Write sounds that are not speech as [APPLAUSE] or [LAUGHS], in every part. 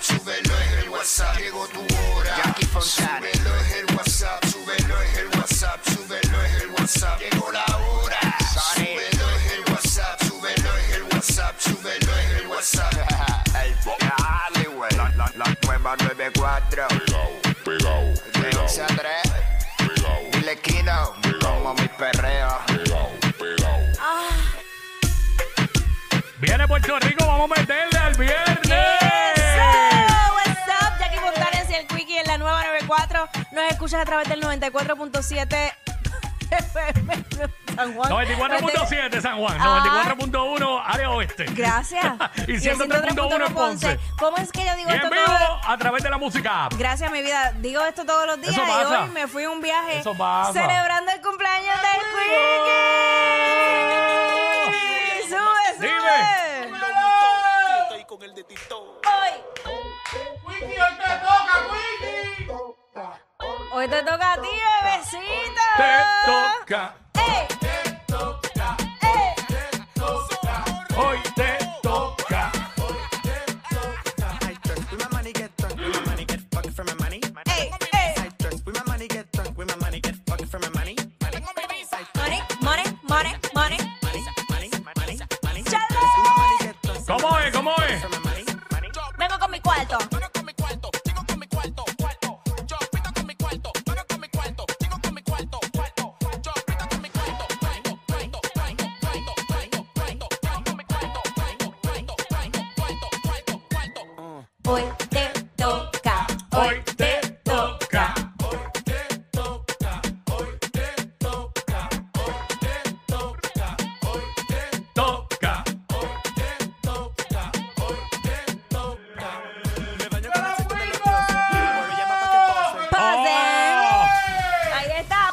Súbelo en el WhatsApp, súbelo en el WhatsApp, llegó tu hora. Jackie Fontana. Súbelo en el WhatsApp, súbelo en el WhatsApp, súbelo en el WhatsApp, llegó la hora. Súbelo en el WhatsApp, súbelo en el WhatsApp, súbelo en el [LAUGHS] WhatsApp. el Hollywood. La, la, la nueva 94. Pegao, pegao, De 11 a 3. Pegao. Dile Kino. Como mi perreo. Viene Puerto Rico, vamos a meterle al viernes. Eso, what's up? Jackie Fontanes y el Quickie en la nueva 94. Nos escuchas a través del 94.7 FM San Juan. 94.7 San Juan, Ah. 94.1 área oeste. Gracias. [LAUGHS] y el 103.1 en 103.1 Ponce. ¿Cómo es que yo digo Y en esto vivo todo? a través de la música. app. Gracias, mi vida. Digo esto todos los días Eso y pasa. hoy me fui a un viaje Eso pasa. celebrando el cumpleaños del Quickie. Sube, sube. Dime. Hoy. Hoy te toca a ti, bebecito. Te toca, ¡Ey! ¡Ey! hoy te toca. ¡Ey! ¡Ey! Money, money, money, money. Chale. ¿Cómo es? ¿Cómo es? Vengo con mi cuarto. Hoy te toca, Hoy te toca. Toca. pase. Ahí está.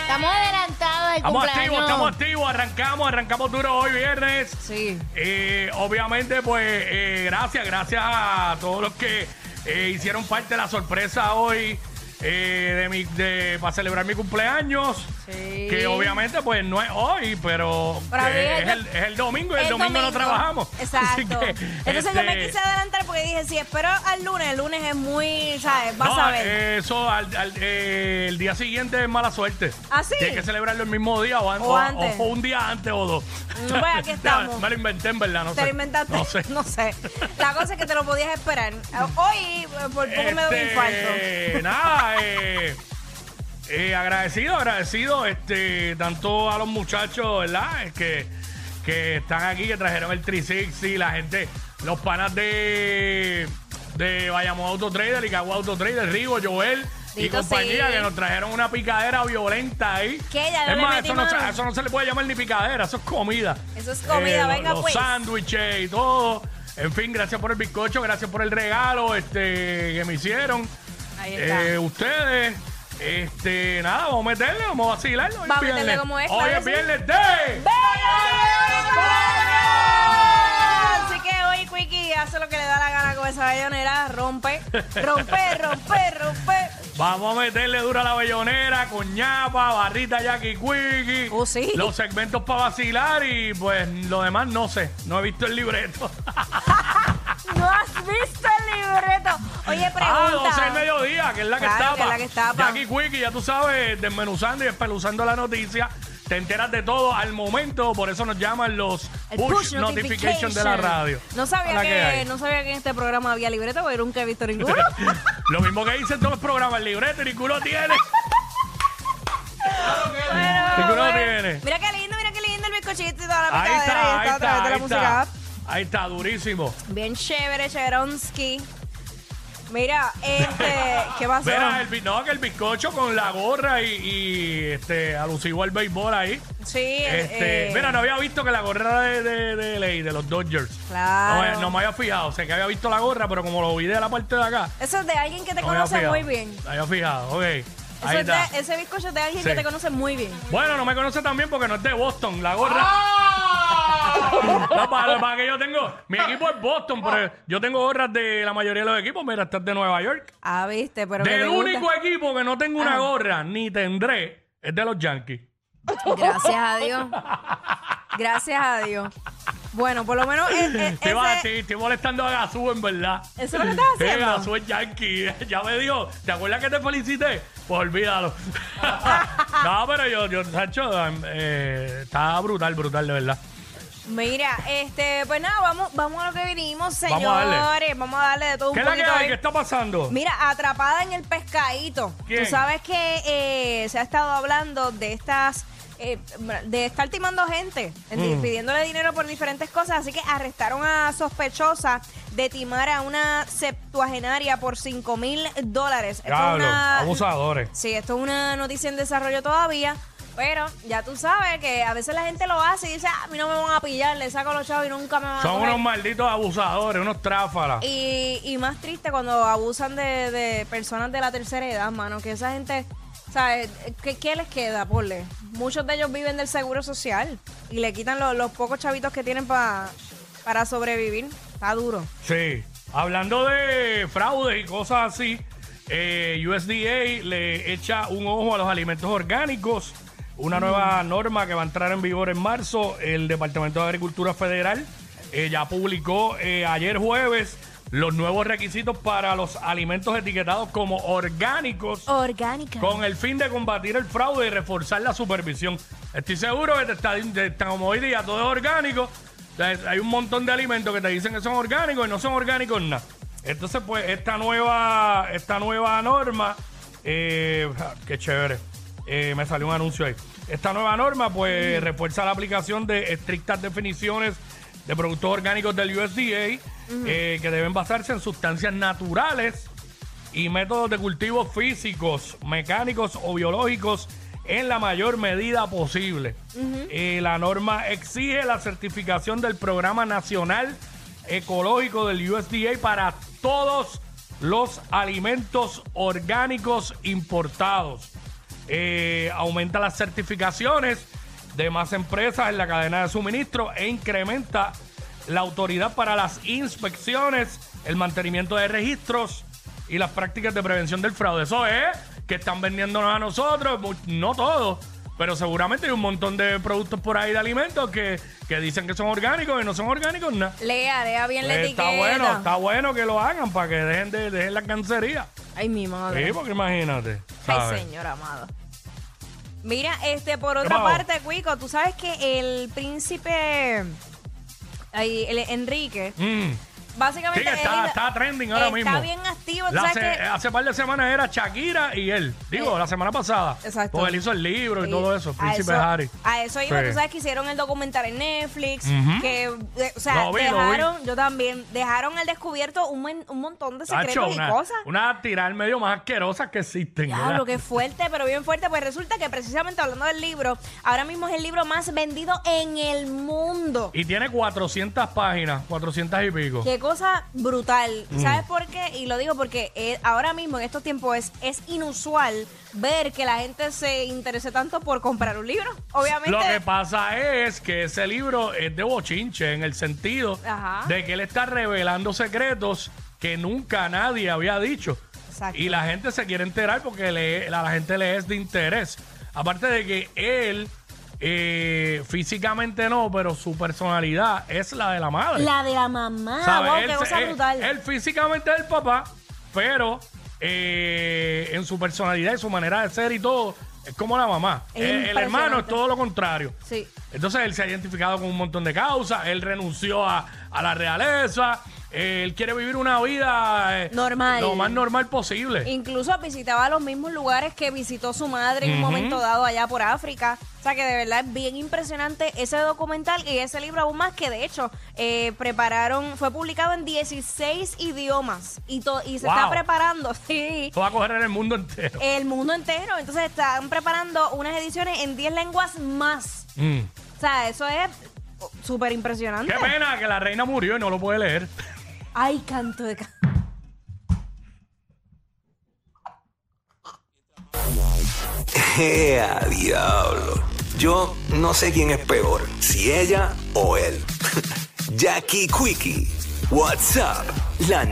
Estamos adelantados al Estamos cumpleaños. activos, estamos activos, arrancamos, arrancamos duro hoy viernes. Sí. Eh, obviamente, pues eh, gracias, gracias a todos los que eh, hicieron parte de la sorpresa hoy eh, de mi, de, para celebrar mi cumpleaños. Sí. Que obviamente, pues no es hoy, pero, Pero eh, habría- es, el, es el domingo y el, domingo, Pues no trabajamos. [LAUGHS] Así Exacto. que, Entonces yo me este, quise adelantar porque dije, si espero al lunes, el lunes es muy, ¿sabes? Vas no, a ver. eh, Eso, al, al- eh, el día siguiente es mala suerte. ¿Ah, sí? Tienes que celebrarlo el mismo día o, an- O o- antes. o un día antes o dos. Mm, pues, [LAUGHS] aquí estamos. No, me lo inventé, en verdad, no Te sé. lo inventaste. No [LAUGHS] sé. La cosa es que te lo podías esperar. Hoy, eh, por poco me doy un infarto. Este, [LAUGHS] Nada, eh, eh, agradecido, agradecido este, tanto a los muchachos, ¿verdad? Es Que, que están aquí, que trajeron el 360, la gente, los panas de, de Bayamón Auto Trader, Icagua Auto Trader, Rigo, Joel. Y Dito, compañía sí. que nos trajeron una picadera violenta ahí. ¿Qué? Ya es le más, metí eso no, se- mano. eso no se le puede llamar ni picadera, eso es comida. Eh, Eso es comida, lo- venga, los pues. sándwiches y todo. En fin, gracias por el bizcocho, gracias por el regalo este, que me hicieron. Ahí está. Eh, ustedes, este, nada, vamos a meterle, vamos a vacilarlo. Hoy Vamos a es meterle viernes. como es, Hoy claro es que sí. viernes de... Así que hoy Quickie hace lo que le da la gana con esa bayonera, rompe, rompe, rompe, rompe. Vamos a meterle dura a la bellonera, con ñapa, barrita Jackie Quickie. Oh, sí. Los segmentos para vacilar y pues lo demás no sé, no he visto el libreto. ¿No has visto el libreto? Oye, Ah, 12 del pregunta. mediodía, que es la que tapa. Claro, que es la que tapa. Jackie Quickie, ya tú sabes, desmenuzando y espeluzando la noticia. Te enteras de todo al momento, por eso nos llaman los El push, notification de la radio. No sabía, Hola, ¿qué que, hay? no sabía que en este programa había libreta, porque nunca he [LAUGHS] visto ninguno. Lo mismo que dicen todos los programas, el libreto, y ninguno [LAUGHS] tiene. Ninguno Bueno, tiene. Mira qué lindo, mira qué lindo el bizcochito y toda la Ahí picadera. está, y ahí está, a través está, de la ahí música está. app. Ahí está, durísimo. Bien chévere, Cheveronsky. Mira, [LAUGHS] este, ¿qué pasó? Verás, el, bi- no, que el bizcocho con la gorra y, y, este, alusivo al béisbol ahí. Sí, Este, eh, mira, no había visto que la gorra de, de, de Ley, de los Dodgers. Claro. No, me- no me había fijado. O sea, que había visto la gorra, pero como lo vi de la parte de acá. Eso es de alguien que te no me había conoce fijado. muy bien. No había fijado, ok. Eso Ahí es está. de, ese bizcocho es de alguien Sí. que te conoce muy bien. Bueno, no me conoce tan bien porque no es de Boston, la gorra. ¡Ah! No, para, para que yo tengo. Mi equipo es Boston, pero yo tengo gorras de la mayoría de los equipos. Mira, esta es de Nueva York. Ah, viste, pero que Del te gusta. único equipo que no tengo una gorra ni tendré es de los Yankees. Gracias a Dios. Gracias a Dios. Bueno, por lo menos es- [LAUGHS] es- Te vas a Eh, ese- ti, estoy molestando a Gazú, en verdad. ¿Eso es lo que estás Sí, haciendo? Gazú es yankee. [LAUGHS] Ya me dijo, ¿te acuerdas que te felicité? Pues olvídalo. [LAUGHS] no, pero yo, yo Sancho, eh, está brutal, brutal, de verdad. Mira, este, pues nada, vamos, vamos a lo que vinimos, señores. Vamos a darle. Vamos a darle de todo un ¿Qué es la que poquito. hay? hoy. ¿Qué está pasando? Mira, atrapada en el pescadito. ¿Quién? Tú sabes que eh, se ha estado hablando de estas. eh, de estar timando gente, en- Mm. pidiéndole dinero por diferentes cosas. Así que arrestaron a sospechosa de timar a una septuagenaria por 5 mil dólares. Esto es Diablo, una- abusadores. Sí, esto es una noticia en desarrollo todavía. Pero ya tú sabes que a veces la gente lo hace y dice, "Ah, a mí no me van a pillar, le saco los chavos y nunca me van a Son coger". unos malditos abusadores, unos tráfalas. Y, y más triste cuando abusan de, de personas de la tercera edad, mano, que esa gente, ¿sabes? ¿Qué, qué les queda, porle? Muchos de ellos viven del seguro social y le quitan lo- los pocos chavitos que tienen pa- para sobrevivir. Está duro. Sí. Hablando de fraudes y cosas así, eh, USDA le echa un ojo a los alimentos orgánicos. Una nueva norma que va a entrar en vigor en marzo. El Departamento de Agricultura Federal eh, ya publicó eh, ayer jueves los nuevos requisitos para los alimentos etiquetados como orgánicos Oh, Orgánica. con el fin de combatir el fraude y reforzar la supervisión. Estoy seguro que te está, te está- como hoy día todo es orgánico. O sea, Hay un montón de alimentos que te dicen que son orgánicos y no son orgánicos nada. Entonces, pues, esta nueva, esta nueva norma, eh, ah, qué chévere. Eh, me salió un anuncio ahí. Esta nueva norma, pues, refuerza la aplicación de estrictas definiciones de productos orgánicos del USDA, eh, que deben basarse en sustancias naturales y métodos de cultivo físicos, mecánicos o biológicos en la mayor medida posible. Eh, la norma exige la certificación del Programa Nacional Ecológico del USDA para todos los alimentos orgánicos importados. Eh, aumenta las certificaciones de más empresas en la cadena de suministro e incrementa la autoridad para las inspecciones, el mantenimiento de registros y las prácticas de prevención del fraude. Eso es que están vendiéndonos a nosotros, mu- no todos, pero seguramente hay un montón de productos por ahí de alimentos que, que dicen que son orgánicos y no son orgánicos nada. Pues Lea, lea bien la etiqueta. está bueno, está bueno que lo hagan para que dejen de dejen la cancería. Ay, mi madre. Sí, porque imagínate. Ay, ¿sabes? señor amado. Mira, este, por otra pasó? parte, Cuico, tú sabes que el príncipe ay, el Enrique, Mm. Sí, básicamente. que está, él- está trending ahora está mismo. bien activo, tú La ah, sabes hace, que- hace par de semanas era Shakira y él. Digo, Eh, la semana pasada. exacto. Porque él hizo el libro y Sí, todo eso, eh, a Príncipe eso- Harry. A eso iba, Sí. tú sabes que hicieron el documental en Netflix, Ujú. que, eh, o sea, Lo vi, lo vi. dejaron, yo también, dejaron al descubierto un, men- un montón de secretos Tacho, y una, cosas. una tirar medio más asquerosa que existen. Diablo, ¿verdad? qué fuerte, pero bien fuerte. Pues resulta que precisamente hablando del libro, ahora mismo es el libro más vendido en el mundo. Y tiene 400 páginas, 400 y pico. Qué cosa brutal. Mm. ¿Sabes por qué? Y lo digo porque eh, ahora mismo, en estos tiempos, es, es inusual ver que la gente se interese tanto por comprar un libro. Obviamente. Lo que pasa es que ese libro es de bochinche en el sentido Ajá. de que él está revelando secretos que nunca nadie había dicho. Exacto. Y la gente se quiere enterar porque le- a la gente le es de interés. Aparte de que él eh, físicamente no, pero su personalidad es la de la madre. La de la mamá. ¿Sabes? Ah, wow, él, qué se- cosa él- brutal. él físicamente es el papá, pero eh, en su personalidad y su manera de ser y todo, Es como la mamá. Eh, Es el, el impresionante. hermano es todo lo contrario. Sí. Entonces él se ha identificado con un montón de causas, él renunció a, a la realeza, eh, él quiere vivir una vida eh, Normal. lo más normal posible. Incluso visitaba los mismos lugares que visitó su madre en un momento dado allá por África. O sea que de verdad es bien impresionante ese documental y ese libro aún más que de hecho eh, prepararon, fue publicado en 16 idiomas y, to- y se Wow. está preparando, [LAUGHS] sí, Esto va a correr en el mundo entero. el mundo entero. Entonces están preparando unas ediciones en 10 lenguas más. Mm. O sea, eso es oh, súper impresionante. Qué pena que la reina murió y no lo puede leer. Ay, canto de ca- ¡Ea, diablo! Yo no sé quién es peor, [LAUGHS] si ella o él. Jackie Quickie, WhatsApp, la